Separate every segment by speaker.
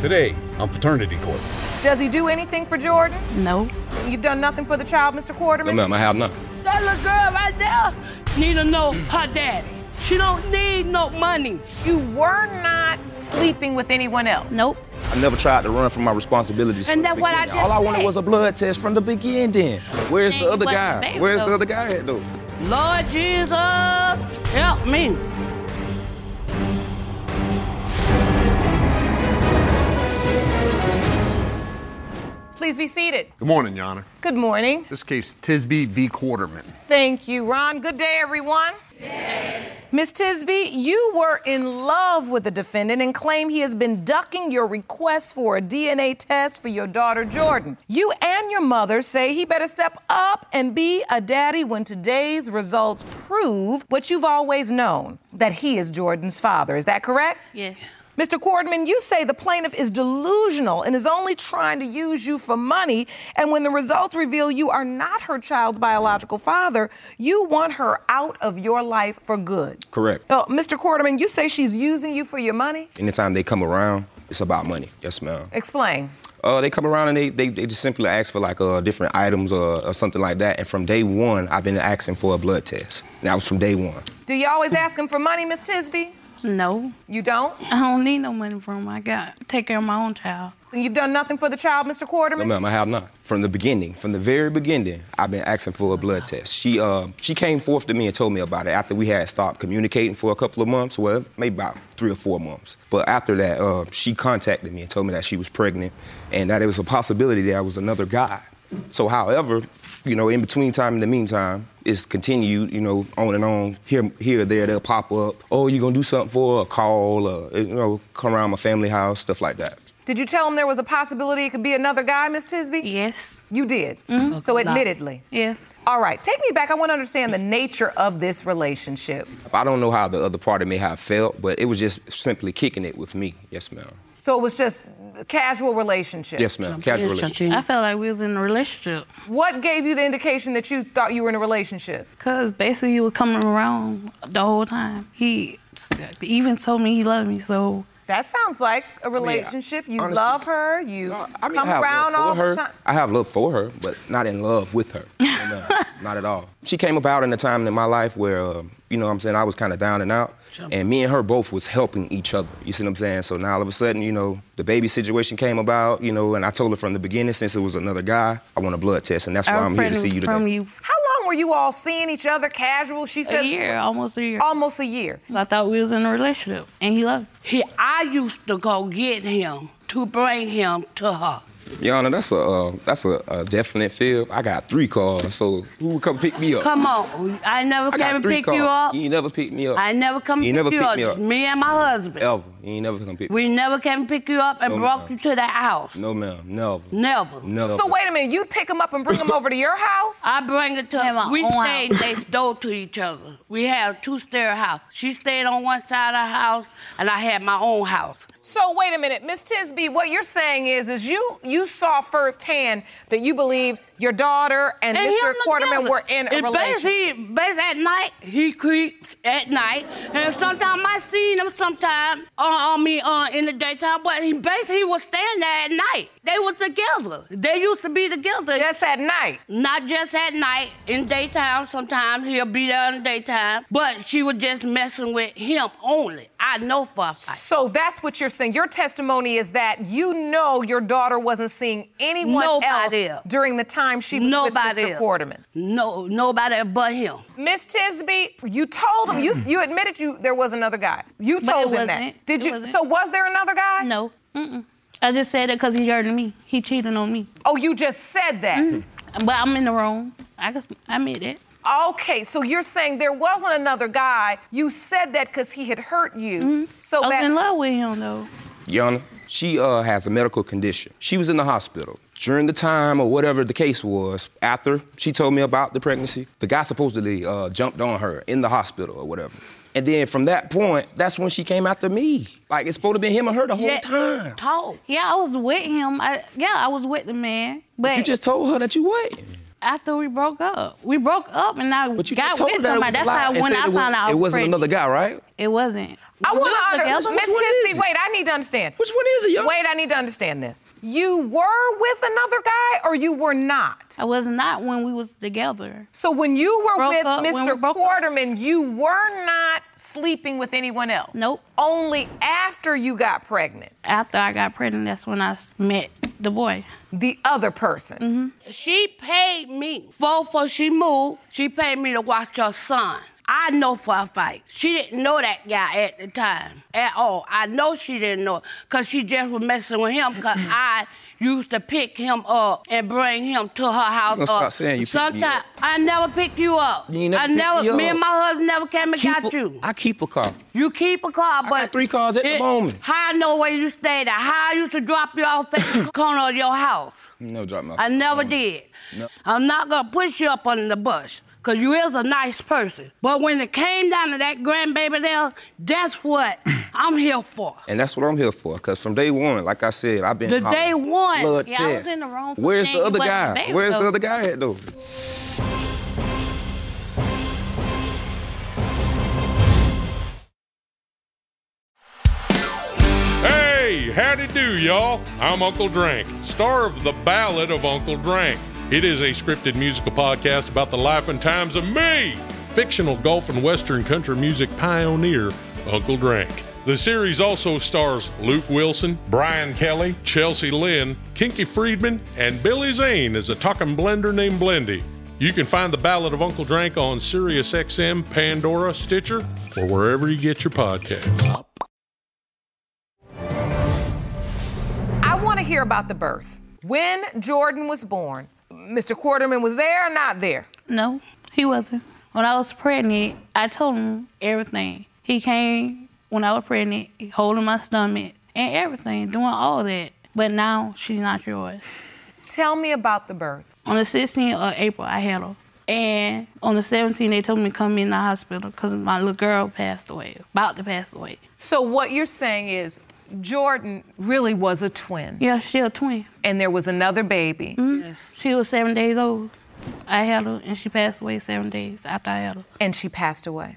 Speaker 1: Today on Paternity Court.
Speaker 2: Does he do anything for Jordan?
Speaker 3: No.
Speaker 2: You've done nothing for the child, Mr. Quarterman?
Speaker 1: ma'am, I have not.
Speaker 4: That little girl right there need to know her daddy. She don't need no money.
Speaker 2: You were not sleeping with anyone else.
Speaker 3: Nope.
Speaker 1: I never tried to run from my responsibilities.
Speaker 4: And
Speaker 1: from the
Speaker 4: that's what I
Speaker 1: beginning.
Speaker 4: just
Speaker 1: All I wanted
Speaker 4: said.
Speaker 1: was a blood test from the beginning. Then where's
Speaker 4: Man,
Speaker 1: the
Speaker 4: you
Speaker 1: other
Speaker 4: wasn't
Speaker 1: guy?
Speaker 4: there,
Speaker 1: Where's the
Speaker 4: though.
Speaker 1: other guy at though?
Speaker 4: Lord Jesus, help me.
Speaker 2: Please be seated.
Speaker 5: Good morning, Your Honor.
Speaker 2: Good morning.
Speaker 5: This case, Tisby v. Quarterman.
Speaker 2: Thank you, Ron. Good day, everyone. Miss Tisby, you were in love with the defendant and claim he has been ducking your request for a DNA test for your daughter Jordan. You and your mother say he better step up and be a daddy when today's results prove what you've always known that he is Jordan's father. Is that correct?
Speaker 3: Yes.
Speaker 2: Mr. Cordman, you say the plaintiff is delusional and is only trying to use you for money. And when the results reveal you are not her child's biological father, you want her out of your life for good.
Speaker 1: Correct.
Speaker 2: So, Mr. Quarterman, you say she's using you for your money?
Speaker 1: Anytime they come around, it's about money. Yes, ma'am.
Speaker 2: Explain.
Speaker 1: Uh, they come around and they, they, they just simply ask for like uh, different items or, or something like that. And from day one, I've been asking for a blood test. And that was from day one.
Speaker 2: Do you always ask him for money, Miss Tisby?
Speaker 3: No.
Speaker 2: You don't?
Speaker 3: I don't need no money from him. I got to take care of my own child.
Speaker 2: And You've done nothing for the child, Mr.
Speaker 1: No,
Speaker 2: Quarterman?
Speaker 1: ma'am, I have not. From the beginning, from the very beginning, I've been asking for a blood test. She uh, she came forth to me and told me about it after we had stopped communicating for a couple of months. Well, maybe about three or four months. But after that, uh, she contacted me and told me that she was pregnant and that it was a possibility that I was another guy. So, however, you know, in between time, in the meantime, it's continued, you know, on and on. Here, here, or there, they'll pop up. Oh, you gonna do something for her? a call, or you know, come around my family house, stuff like that.
Speaker 2: Did you tell him there was a possibility it could be another guy, Miss Tisby?
Speaker 3: Yes.
Speaker 2: You did. So, admittedly.
Speaker 3: Yes.
Speaker 2: All right, take me back. I want to understand the nature of this relationship.
Speaker 1: I don't know how the other party may have felt, but it was just simply kicking it with me. Yes, ma'am.
Speaker 2: So it was just a casual relationship.
Speaker 1: Yes, ma'am. Casual relationship.
Speaker 4: Mm.
Speaker 3: I felt like we was in a relationship.
Speaker 2: What gave you the indication that you thought you were in a relationship?
Speaker 3: Because basically he was coming around the whole time. He even told me he loved me, so
Speaker 2: That sounds like a relationship. you
Speaker 1: honestly-
Speaker 2: love her. You
Speaker 1: No, I mean,
Speaker 2: come
Speaker 1: I have love
Speaker 2: around
Speaker 1: for
Speaker 2: all
Speaker 1: her.
Speaker 2: the time.
Speaker 1: I have love for her, but not in love with her. No, ma'am. not at all. She came about in a time in my life where, um, you know what I'm saying, I was kind of down and out. And me and her both was helping each other. You see what I'm saying? So now all of a sudden, you know, the baby situation came about, you know, and I told her from the beginning, since it was another guy, I want a blood test, and that's why
Speaker 3: I
Speaker 1: I'm here to
Speaker 3: friend-
Speaker 1: see you today.
Speaker 3: from you
Speaker 2: How long were you all seeing each other casual? She said
Speaker 3: a year, almost a year.
Speaker 2: almost a year.
Speaker 3: I thought we was in a relationship, and he loved. me.
Speaker 4: He, I used to go get him to bring him to her.
Speaker 1: Your Honor, that's a uh, that's a, a definite fib. I got three cars, so who would come pick me up?
Speaker 4: Come on, I never
Speaker 1: I
Speaker 4: came
Speaker 1: got
Speaker 4: and
Speaker 1: three
Speaker 4: pick
Speaker 1: cars.
Speaker 4: you up.
Speaker 1: You ain't never picked me up.
Speaker 4: I never come
Speaker 1: You
Speaker 4: pick
Speaker 1: never
Speaker 4: you
Speaker 1: picked
Speaker 4: up.
Speaker 1: me up.
Speaker 4: Just me and my husband.
Speaker 1: Ever. You ain't never come pick me
Speaker 4: We never came pick you up and
Speaker 1: No,
Speaker 4: brought
Speaker 1: ma'am.
Speaker 4: you to that house.
Speaker 1: up. No, ma'am. Never.
Speaker 4: Never.
Speaker 1: Never.
Speaker 2: So wait a minute. You'd pick him up and bring him over to your house?
Speaker 4: I bring it to
Speaker 3: Have our
Speaker 4: We
Speaker 3: own
Speaker 4: stayed next door to each other. We had a two-story house. She stayed on one side of the house, and I had my own house.
Speaker 2: So wait a minute, Miss Tisby. What you're saying is, is you you saw firsthand that you believe your daughter and, Mr.
Speaker 4: him
Speaker 2: Quarterman
Speaker 4: together.
Speaker 2: were in a
Speaker 4: And
Speaker 2: relationship.
Speaker 4: Basically, basically at night, he creeps at night. And sometimes I seen him sometime uh, on me uh, in the daytime, but he basically was staying there at night. They were together. They used to be together.
Speaker 2: Just at night.
Speaker 4: Not just at night, in daytime sometimes he'll be there in the daytime, but she was just messing with him only. I know for a fact.
Speaker 2: So that's what you're saying. Your testimony is that you know your daughter wasn't seeing anyone
Speaker 4: Nobody
Speaker 2: else
Speaker 4: else.
Speaker 2: during the time she was
Speaker 4: Nobody
Speaker 2: with Mr.
Speaker 4: else.
Speaker 2: Quarterman.
Speaker 4: No, nobody but him.
Speaker 2: Miss Tisby, you told him you you admitted you there was another guy. You
Speaker 3: But it
Speaker 2: told him that.
Speaker 3: wasn't.
Speaker 2: Did
Speaker 3: It
Speaker 2: you?
Speaker 3: wasn't.
Speaker 2: So was there another guy?
Speaker 3: No. Mm-mm. I just said it because he hurting me. He cheated on me. Mm-hmm.
Speaker 2: Oh, you just said that.
Speaker 3: But I'm in the wrong. I guess I admit it.
Speaker 2: Okay, so you're saying there wasn't another guy. You said that because he had hurt you.
Speaker 3: Mm-hmm.
Speaker 2: So
Speaker 3: I was
Speaker 2: back-
Speaker 3: in love with him though.
Speaker 1: Yana, she uh, has a medical condition. She was in the hospital. During the time or whatever the case was, after she told me about the pregnancy, the guy supposedly uh, jumped on her in the hospital or whatever. And then from that point, that's when she came after me. Like it's supposed to be him and her the whole
Speaker 3: Yeah,
Speaker 1: time.
Speaker 3: Talk. Yeah, I was with him. I, yeah, I was with the man. But
Speaker 1: You just told her that you wasn't.
Speaker 3: after we broke up, we broke up, and I
Speaker 1: But you
Speaker 3: got
Speaker 1: told
Speaker 3: with
Speaker 1: her that it was
Speaker 3: somebody.
Speaker 1: a
Speaker 3: That's
Speaker 1: lie
Speaker 3: how
Speaker 1: and
Speaker 3: when
Speaker 1: said
Speaker 3: I
Speaker 1: it was-
Speaker 3: found out I
Speaker 1: It
Speaker 3: was
Speaker 1: wasn't
Speaker 3: pregnant.
Speaker 1: another guy, right?
Speaker 3: It wasn't.
Speaker 2: I
Speaker 3: We
Speaker 2: want
Speaker 3: was
Speaker 2: to
Speaker 3: together.
Speaker 2: understand. Miss
Speaker 1: Which one is
Speaker 2: Tisby,
Speaker 1: it?
Speaker 2: wait, I need to understand.
Speaker 1: Which one is it, y'all?
Speaker 2: Wait, I need to understand this. You were with another guy or you were not?
Speaker 3: I was not when we was together.
Speaker 2: So when you were
Speaker 3: Broke
Speaker 2: with
Speaker 3: up when we
Speaker 2: Mr.
Speaker 3: broke up.
Speaker 2: Quarterman, you were not sleeping with anyone else?
Speaker 3: Nope.
Speaker 2: Only after you got pregnant,
Speaker 3: After I got pregnant, that's when I s- met the boy.
Speaker 2: the other person.
Speaker 4: She paid me. Before she moved, she paid me to watch her son. I know for a fact. She didn't know that guy at the time at all. I know she didn't know because she just was messing with him because I used to pick him up and bring him to her house.
Speaker 1: gonna
Speaker 4: or
Speaker 1: stop saying you pick me up.
Speaker 4: Sometimes I never pick you up.
Speaker 1: You ain't never
Speaker 4: I
Speaker 1: pick
Speaker 4: never,
Speaker 1: me
Speaker 4: me
Speaker 1: up.
Speaker 4: and my husband never came and
Speaker 1: Keep
Speaker 4: got
Speaker 1: a-
Speaker 4: you.
Speaker 1: I keep a car.
Speaker 4: You keep a car,
Speaker 1: got
Speaker 4: but
Speaker 1: three cars at the moment.
Speaker 4: How I know where you stayed at? How I used to drop you off at the corner of your house?
Speaker 1: No drop my.
Speaker 4: I never did.
Speaker 1: No.
Speaker 4: I'm not gonna push you up under the bus, cause you is a nice person. But when it came down to that grandbaby there, that's what I'm here for.
Speaker 1: And that's what I'm here for. Cause from day one, like I said, I've been
Speaker 4: The
Speaker 1: hollering,
Speaker 4: day one.
Speaker 1: blood
Speaker 3: Yeah, I was
Speaker 1: test.
Speaker 3: in the wrong for
Speaker 1: Where's
Speaker 3: saying
Speaker 1: the
Speaker 3: you
Speaker 1: other
Speaker 3: wasn't
Speaker 1: guy?
Speaker 3: there,
Speaker 1: Where's the
Speaker 3: though.
Speaker 1: other guy at though?
Speaker 6: Hey, howdy do, y'all. I'm Uncle Drank, star of The Ballad of Uncle Drank. It is a scripted musical podcast about the life and times of me, fictional golf and western country music pioneer, Uncle Drank. The series also stars Luke Wilson, Brian Kelly, Chelsea Lynn, Kinky Friedman, and Billy Zane as a talking blender named Blendy. You can find The Ballad of Uncle Drank on SiriusXM, Pandora, Stitcher, or wherever you get your podcasts.
Speaker 2: I want to hear about the birth. When Jordan was born, Mr. Quarterman was there or not there?
Speaker 3: No, he wasn't. When I was pregnant, I told him everything. He came when I was pregnant, holding my stomach and everything, doing all that. But now she's not yours.
Speaker 2: Tell me about the birth.
Speaker 3: On the 16th of April, I had her. And on the 17th, they told me to come in the hospital because my little girl passed away, about to pass away.
Speaker 2: So what you're saying is Jordan really was a twin
Speaker 3: Yeah, she a twin.
Speaker 2: and there was another baby
Speaker 3: Mm-hmm. She was seven days old. I had her, and she passed away seven days after I had her.
Speaker 2: and she passed away.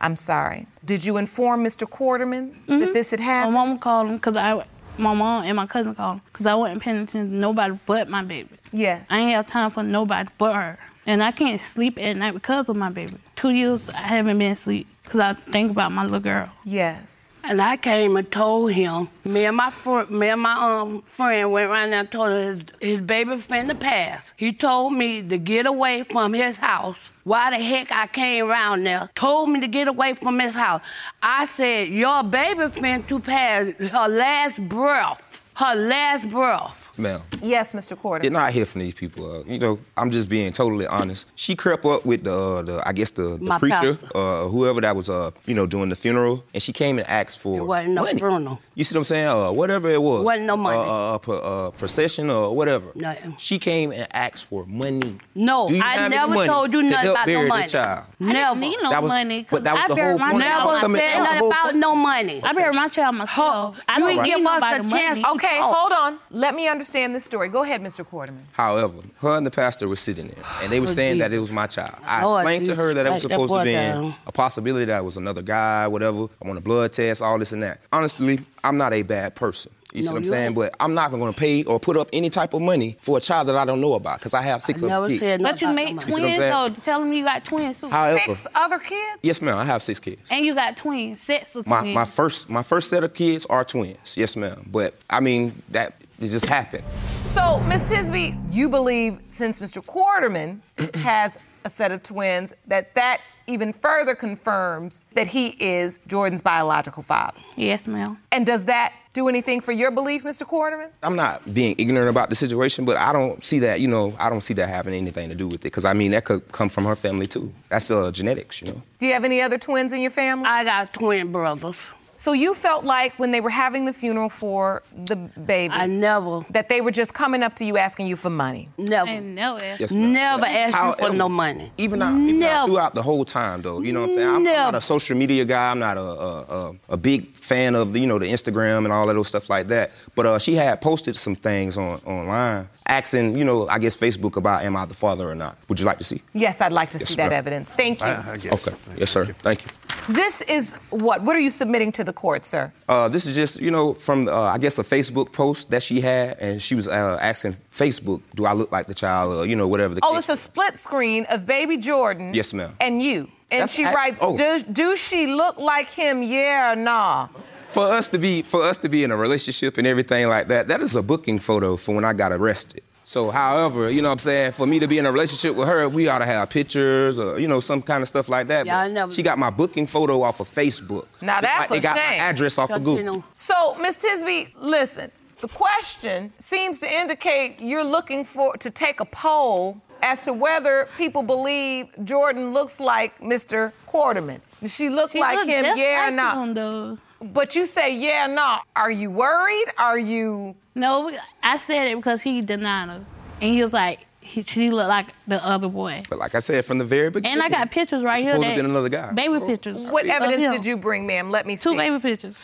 Speaker 2: I'm sorry. Did you inform Mr. Quarterman that this had
Speaker 3: My
Speaker 2: happened?
Speaker 3: mom called him because I, my mom and my cousin called him because I wasn't paying attention to nobody but my baby.
Speaker 2: Yes.
Speaker 3: I ain't have time for nobody but her. And I can't sleep at night because of my baby. Two years I haven't been asleep because I think about my little girl.
Speaker 2: yes.
Speaker 4: And I came and told him. Me and my fr- me and my um friend went around there and told him his, his baby finna pass. He told me to get away from his house. Why the heck I came around there? Told me to get away from his house. I said, your baby finna to pass her last breath. Her last breath.
Speaker 1: Ma'am,
Speaker 2: Yes, Mr. Quarterman.
Speaker 1: you're not here from these people. Uh, you know, I'm just being totally honest. She crept up with the, uh, the I guess the, the
Speaker 4: My
Speaker 1: preacher,
Speaker 4: pastor.
Speaker 1: uh, whoever that was, uh, you know, doing the funeral, and she came and asked for
Speaker 4: It wasn't no
Speaker 1: money.
Speaker 4: funeral.
Speaker 1: You see what I'm saying? Uh, whatever it was.
Speaker 4: Wasn't no money.
Speaker 1: Uh, uh, per, uh, procession or whatever.
Speaker 4: Nothing.
Speaker 1: She came and asked for money.
Speaker 4: No,
Speaker 1: Do you
Speaker 4: I
Speaker 1: have any
Speaker 4: never
Speaker 1: money
Speaker 4: told you
Speaker 1: to
Speaker 4: nothing
Speaker 1: help
Speaker 4: about
Speaker 1: bury
Speaker 4: no
Speaker 1: this
Speaker 4: money.
Speaker 1: child?
Speaker 3: I
Speaker 4: Never.
Speaker 3: didn't need no
Speaker 1: That was-
Speaker 3: money
Speaker 1: but
Speaker 3: because
Speaker 1: that was
Speaker 3: I
Speaker 1: the
Speaker 3: buried
Speaker 1: whole
Speaker 3: my
Speaker 1: point.
Speaker 3: child
Speaker 4: Never
Speaker 1: Come
Speaker 3: myself.
Speaker 1: in-
Speaker 4: said nothing about no money.
Speaker 3: I buried my child myself. I don't
Speaker 4: You
Speaker 3: need
Speaker 4: give us
Speaker 3: nobody
Speaker 4: a chance.
Speaker 3: money.
Speaker 4: Oh,
Speaker 2: Okay,
Speaker 4: Oh.
Speaker 2: hold on. Let me understand this story. Go ahead, Mr. Quarterman.
Speaker 1: However, her and the pastor were sitting there, and they were
Speaker 4: Oh,
Speaker 1: saying that it
Speaker 4: Jesus.
Speaker 1: was my child. I
Speaker 4: Lord
Speaker 1: explained to her
Speaker 4: Jesus
Speaker 1: that it was
Speaker 4: Christ, that
Speaker 1: supposed to
Speaker 4: boy
Speaker 1: be
Speaker 4: down.
Speaker 1: a possibility that it was another guy, whatever. I want a blood test, all this and that. Honestly, I'm not a bad person. You see
Speaker 4: No,
Speaker 1: what I'm
Speaker 4: you
Speaker 1: saying?
Speaker 4: ain't.
Speaker 1: But I'm not going to pay or put up any type of money for a child that I don't know about because I have six other
Speaker 4: Never
Speaker 1: kids.
Speaker 4: said nothing
Speaker 3: But you
Speaker 4: about
Speaker 3: made
Speaker 4: no money.
Speaker 1: what I'm
Speaker 3: twins,
Speaker 1: saying?
Speaker 3: though. Tell me you got twins, too.
Speaker 1: However,
Speaker 2: Six other kids?
Speaker 1: yes, ma'am, I have six kids.
Speaker 3: and you got twins, sets of
Speaker 1: My,
Speaker 4: Mm.
Speaker 3: twins.
Speaker 1: my first my first set of kids are twins. Yes, ma'am. But I mean that it just happened.
Speaker 2: So, Ms. Tisby, you believe since Mr. Quarterman has a set of twins that that even further confirms that he is Jordan's biological father.
Speaker 3: yes, ma'am.
Speaker 2: And does that do anything for your belief, Mr. Quarterman?
Speaker 1: I'm not being ignorant about the situation, but I don't see that, you know, I don't see that having anything to do with it. Because, I mean, that could come from her family, too. That's uh, genetics, you know.
Speaker 2: Do you have any other twins in your family?
Speaker 4: I got twin brothers.
Speaker 2: so you felt like when they were having the funeral for the baby
Speaker 4: I never,
Speaker 2: that they were just coming up to you asking you for money.
Speaker 3: I
Speaker 4: never,
Speaker 3: know it.
Speaker 1: Yes, ma'am.
Speaker 4: never asked you for
Speaker 1: However-
Speaker 4: no money.
Speaker 1: Even now, even now,
Speaker 4: Never.
Speaker 1: throughout the whole time, though, you know what I'm saying. I'm, I'm not
Speaker 4: Never.
Speaker 1: a social media guy. I'm not a, a, a, a big fan of you know the Instagram and all that those stuff like that. But uh, she had posted some things on online, asking you know I guess Facebook about am I the father or not? Would you like to see?
Speaker 2: Yes, I'd like to
Speaker 1: Yes,
Speaker 2: see that
Speaker 1: ma'am.
Speaker 2: evidence. Thank you.
Speaker 5: I, I guess.
Speaker 1: Okay, yes, sir. Thank you.
Speaker 2: This is what? What are you submitting to the court, sir?
Speaker 1: Uh, this is just, you know, from uh, I guess a Facebook post that she had, and she was uh, asking Facebook, "Do I look like the child?" or you know, whatever the
Speaker 2: Oh,
Speaker 1: case
Speaker 2: it's a split screen of baby Jordan.
Speaker 1: Yes, ma'am.
Speaker 2: And you. And
Speaker 1: That's
Speaker 2: she
Speaker 1: act-
Speaker 2: writes,
Speaker 1: oh.
Speaker 2: do, do she look like him? Yeah or nah?
Speaker 1: for us to be for us to be in a relationship and everything like that that is a booking photo for when i got arrested so however you know what i'm saying for me to be in a relationship with her we ought to have pictures or you know some kind of stuff like that
Speaker 4: Yeah,
Speaker 1: But
Speaker 4: I know.
Speaker 1: she got my booking photo off of facebook
Speaker 2: Now
Speaker 1: Just
Speaker 2: that's
Speaker 1: like
Speaker 2: a
Speaker 1: they got
Speaker 2: shame.
Speaker 1: my address off of
Speaker 4: Don't you
Speaker 1: google
Speaker 4: know?
Speaker 2: So, Miss Tisby, listen, the question seems to indicate you're looking for to take a poll as to whether people believe Jordan looks like Mr. Quarterman. Does she look
Speaker 3: She
Speaker 2: like
Speaker 3: look
Speaker 2: him?
Speaker 3: just
Speaker 2: Yeah
Speaker 3: like
Speaker 2: or not?
Speaker 3: him, though.
Speaker 2: But you say yeah or not. Are you worried? Are you
Speaker 3: No, we- I said it because he denied her, and he was like, he, she looked like the other boy.
Speaker 1: but like i said from the very beginning
Speaker 3: And I got pictures right
Speaker 1: it's
Speaker 3: here.
Speaker 1: supposed to
Speaker 3: that-
Speaker 1: been another guy
Speaker 3: Baby
Speaker 1: So,
Speaker 3: pictures.
Speaker 2: what
Speaker 3: of
Speaker 2: evidence
Speaker 3: him.
Speaker 2: did you bring, ma'am? Let me see.
Speaker 3: Two baby pictures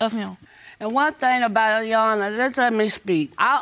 Speaker 3: of him.
Speaker 4: And one thing about it, Your Honor, just let me speak. I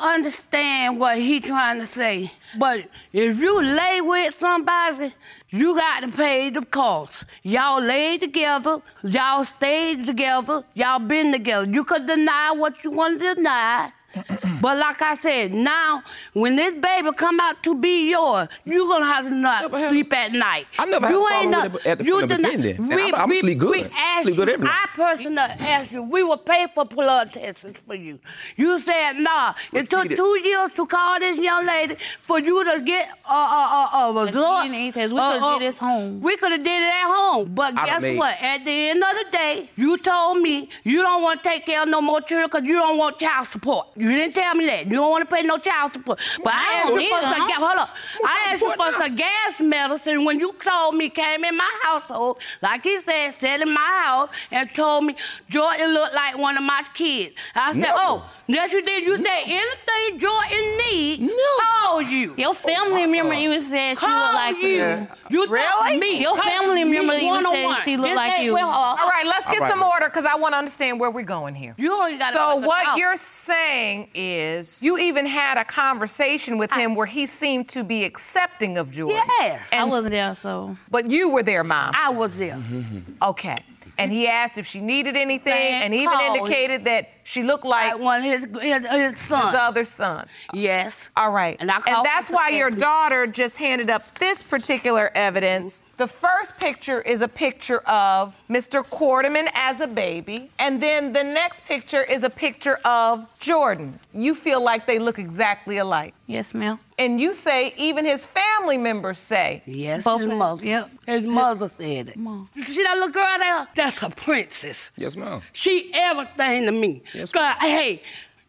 Speaker 4: understand what he trying to say, but if you lay with somebody, you got to pay the cost. Y'all laid together, y'all stayed together, y'all been together. You could deny what you want to deny. But like I said, now when this baby come out to be yours, you gonna have to not
Speaker 1: Never had-
Speaker 4: sleep at night.
Speaker 1: I never had
Speaker 4: you
Speaker 1: a
Speaker 4: ain't
Speaker 1: problem
Speaker 4: not,
Speaker 1: with it at the-
Speaker 4: you
Speaker 1: from the
Speaker 4: deny-
Speaker 1: beginning. And
Speaker 4: We,
Speaker 1: I'm- I'm
Speaker 4: we,
Speaker 1: sleep good.
Speaker 4: We asked
Speaker 1: Sleep good
Speaker 4: you-
Speaker 1: every night.
Speaker 4: I person that asked you, we will pay for blood tests for you. You said nah. It took
Speaker 1: Repeat it.
Speaker 4: two years to call this young lady for you to get a uh, uh, uh, result.
Speaker 3: DNA test. We coulda did this home.
Speaker 4: We could have did it at home, but
Speaker 1: I'da
Speaker 4: guess
Speaker 1: made-
Speaker 4: what? At the end of the day, you told me you don't want to take care of no more children because you don't want child support. You didn't tell me that. You don't want to pay no child support. But I
Speaker 3: I
Speaker 4: asked
Speaker 3: don't
Speaker 4: you for
Speaker 3: either,
Speaker 4: some
Speaker 3: huh?
Speaker 4: gas. Hold up. I asked you
Speaker 1: support
Speaker 4: for
Speaker 1: now?
Speaker 4: some gas medicine when you told me came in my household, like he said, sat in my house and told me Jordan looked like one of my kids. I said,
Speaker 1: Never.
Speaker 4: oh, yes you did. You said anything Jordan need,
Speaker 1: Never.
Speaker 4: call you.
Speaker 3: Your family member even said she
Speaker 4: Call
Speaker 3: looked like
Speaker 4: you.
Speaker 3: you.
Speaker 4: You
Speaker 2: Really?
Speaker 4: thought me.
Speaker 3: Your
Speaker 4: Call
Speaker 3: family
Speaker 4: me
Speaker 3: member even said
Speaker 4: one-on-one.
Speaker 3: she look
Speaker 4: This
Speaker 3: like
Speaker 4: ain't
Speaker 3: you.
Speaker 4: with her.
Speaker 2: All right, let's get
Speaker 1: All right.
Speaker 2: some order because I want to understand where we're going here.
Speaker 4: You only got
Speaker 2: So what you're saying is you even had a conversation with him where he seemed to be accepting of Jordan.
Speaker 4: Yes.
Speaker 3: I
Speaker 2: And-
Speaker 3: wasn't there, so
Speaker 2: But you were there, mom.
Speaker 4: I was there.
Speaker 2: okay. And he asked if she needed anything
Speaker 4: Man,
Speaker 2: and even
Speaker 4: call.
Speaker 2: indicated that she looked
Speaker 4: I
Speaker 2: like his
Speaker 4: one his his, his son.
Speaker 2: other son.
Speaker 4: yes.
Speaker 2: All right.
Speaker 4: And I called
Speaker 2: that's
Speaker 4: for
Speaker 2: why your
Speaker 4: security.
Speaker 2: daughter just handed up this particular evidence. The first picture is a picture of Mr. Quarterman as a baby, and then the next picture is a picture of Jordan. You feel like they look exactly alike.
Speaker 3: yes, ma'am.
Speaker 2: And you say even his family members say,
Speaker 4: Yes,
Speaker 3: Both
Speaker 4: his
Speaker 3: of-
Speaker 4: mother.
Speaker 3: yep.
Speaker 4: His mother said it.
Speaker 3: Mom.
Speaker 4: You see that little girl there? That's a princess.
Speaker 1: yes ma'am
Speaker 4: She everything to me.
Speaker 1: Yes,
Speaker 4: God, hey,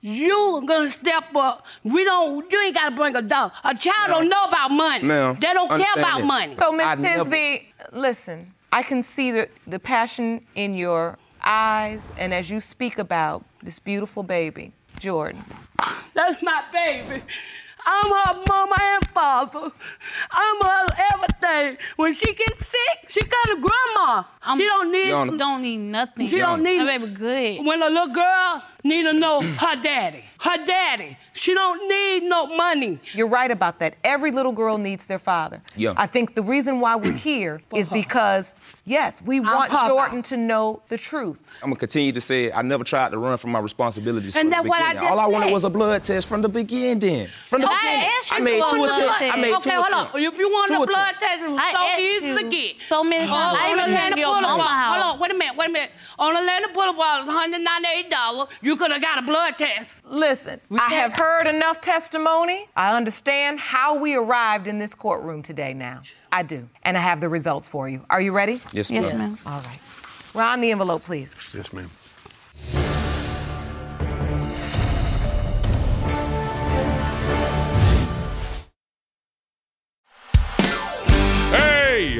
Speaker 4: you gonna step up. We don't. You ain't gotta bring a dog. A
Speaker 1: Ma'am.
Speaker 4: child don't know about money.
Speaker 1: Ma'am,
Speaker 4: They don't care
Speaker 1: understand
Speaker 4: about
Speaker 1: it.
Speaker 4: money.
Speaker 2: So,
Speaker 1: I
Speaker 2: Miss
Speaker 1: never-
Speaker 2: Tisby, listen, I can see the, the passion in your eyes and as you speak about this beautiful baby, Jordan.
Speaker 4: That's my baby. I'm her mama and father. I'm her everything. When she gets sick, she got a grandma.
Speaker 3: I'm-
Speaker 4: she don't need.
Speaker 1: Your Honor.
Speaker 3: Don't need nothing.
Speaker 4: She don't need.
Speaker 3: That baby good.
Speaker 4: When a little girl need to know her daddy, her daddy. She don't need no money.
Speaker 2: You're right about that. Every little girl needs their father.
Speaker 1: Yeah.
Speaker 2: I think the reason why we're here is because, yes, we want
Speaker 4: Papa.
Speaker 2: Jordan to know the truth.
Speaker 1: I'm gonna continue to say it. I never tried to run from my responsibilities.
Speaker 4: And
Speaker 1: from
Speaker 4: that's
Speaker 1: the
Speaker 4: what I
Speaker 1: beginning.
Speaker 4: just
Speaker 1: All I wanted
Speaker 4: said.
Speaker 1: was a blood test from the beginning. From the
Speaker 4: I
Speaker 1: beginning,
Speaker 4: asked you
Speaker 1: I made
Speaker 4: for
Speaker 1: two
Speaker 4: a
Speaker 1: attempts.
Speaker 4: blood
Speaker 1: I made
Speaker 4: okay,
Speaker 1: two
Speaker 4: hold
Speaker 1: attempts.
Speaker 4: on. If you want
Speaker 1: Two
Speaker 4: a blood
Speaker 1: attempts.
Speaker 4: test, it's
Speaker 3: I
Speaker 4: so
Speaker 3: asked
Speaker 4: easy to
Speaker 3: you
Speaker 4: get. Oh,
Speaker 3: so many times. I
Speaker 4: on
Speaker 3: even
Speaker 4: Atlanta
Speaker 3: been to your
Speaker 4: Boulevard.
Speaker 3: mama house.
Speaker 4: Hold on, wait a minute, wait a minute. On Atlanta Boulevard, $198. You could have got a blood test.
Speaker 2: Listen, I have heard enough testimony. I understand how we arrived in this courtroom today now. I do. And I have the results for you. Are you ready?
Speaker 1: Yes,
Speaker 3: Yes,
Speaker 1: ma'am.
Speaker 3: ma'am.
Speaker 2: All right. Ron, the envelope, please.
Speaker 5: Yes, ma'am.
Speaker 6: Hey,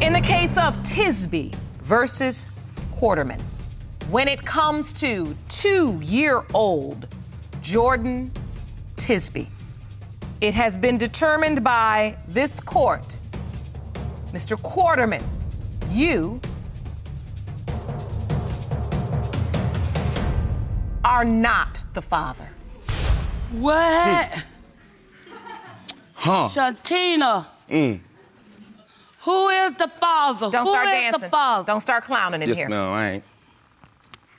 Speaker 2: In the case of Tisby versus Quarterman, when it comes to two year old Jordan Tisby, it has been determined by this court. Mr. Quarterman, you are not the father.
Speaker 4: What? Huh? Shantina. Who is the father?
Speaker 2: Don't
Speaker 4: Who
Speaker 2: start
Speaker 4: is
Speaker 2: dancing.
Speaker 4: the father?
Speaker 2: Don't start clowning in here.
Speaker 1: Yes, ma'am, I ain't.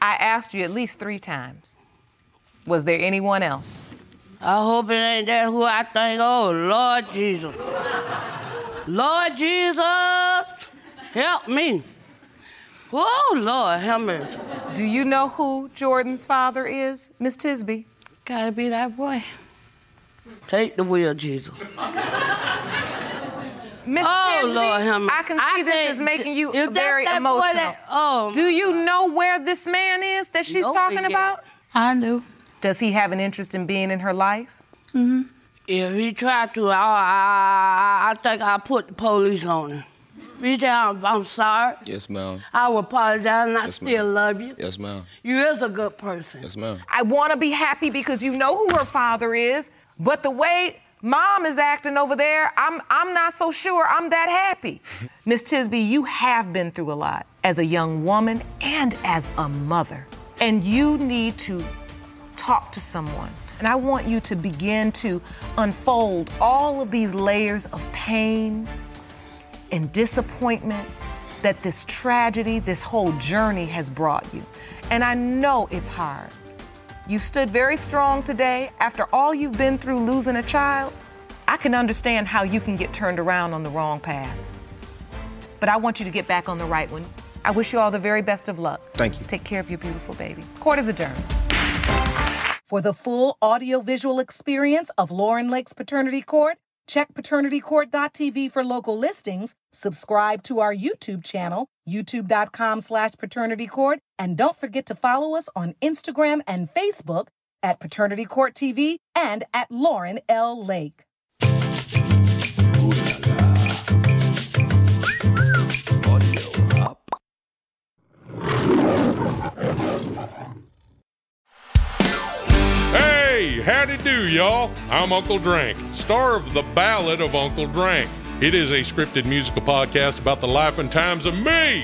Speaker 2: I asked you at least three times. Was there anyone else?
Speaker 4: I hope it ain't that who I think. Oh, Lord Jesus. Lord Jesus, help me. Oh, Lord, help me.
Speaker 2: Do you know who Jordan's father is, Miss Tisby?
Speaker 3: Gotta be that boy.
Speaker 4: Take the wheel, Jesus.
Speaker 2: Miss
Speaker 4: Oh,
Speaker 2: Tisby,
Speaker 4: Lord, help me.
Speaker 2: I can see
Speaker 4: can't-
Speaker 2: this is making you
Speaker 4: is that
Speaker 2: very
Speaker 4: that boy
Speaker 2: emotional.
Speaker 4: that- oh,
Speaker 2: Do you know where this man is that she's
Speaker 4: No,
Speaker 2: talking
Speaker 4: yeah.
Speaker 2: about?
Speaker 3: I do.
Speaker 2: Does he have an interest in being in her life?
Speaker 4: If he tried to, I, I, I think I'll put the police on him. Reach out, I'm sorry.
Speaker 1: Yes, ma'am.
Speaker 4: I will apologize and I
Speaker 1: Yes, ma'am.
Speaker 4: still love you.
Speaker 1: Yes, ma'am.
Speaker 4: You is a good person.
Speaker 1: Yes, ma'am.
Speaker 2: I want to be happy because you know who her father is, but the way mom is acting over there, I'm I'm not so sure I'm that happy. Miss Tisby, you have been through a lot as a young woman and as a mother, and you need to talk to someone. And I want you to begin to unfold all of these layers of pain and disappointment that this tragedy, this whole journey has brought you. And I know it's hard. You stood very strong today after all you've been through losing a child. I can understand how you can get turned around on the wrong path. But I want you to get back on the right one. I wish you all the very best of luck.
Speaker 1: Thank you.
Speaker 2: Take care of your beautiful baby. Court is adjourned.
Speaker 7: For the full audiovisual experience of Lauren Lake's Paternity Court, check paternitycourt.tv for local listings, subscribe to our YouTube channel, youtube.com slash paternitycourt, and don't forget to follow us on Instagram and Facebook at Paternity Court TV and at Lauren L. Lake.
Speaker 6: Hey, howdy do, y'all. I'm Uncle Drank, star of The Ballad of Uncle Drank. It is a scripted musical podcast about the life and times of me,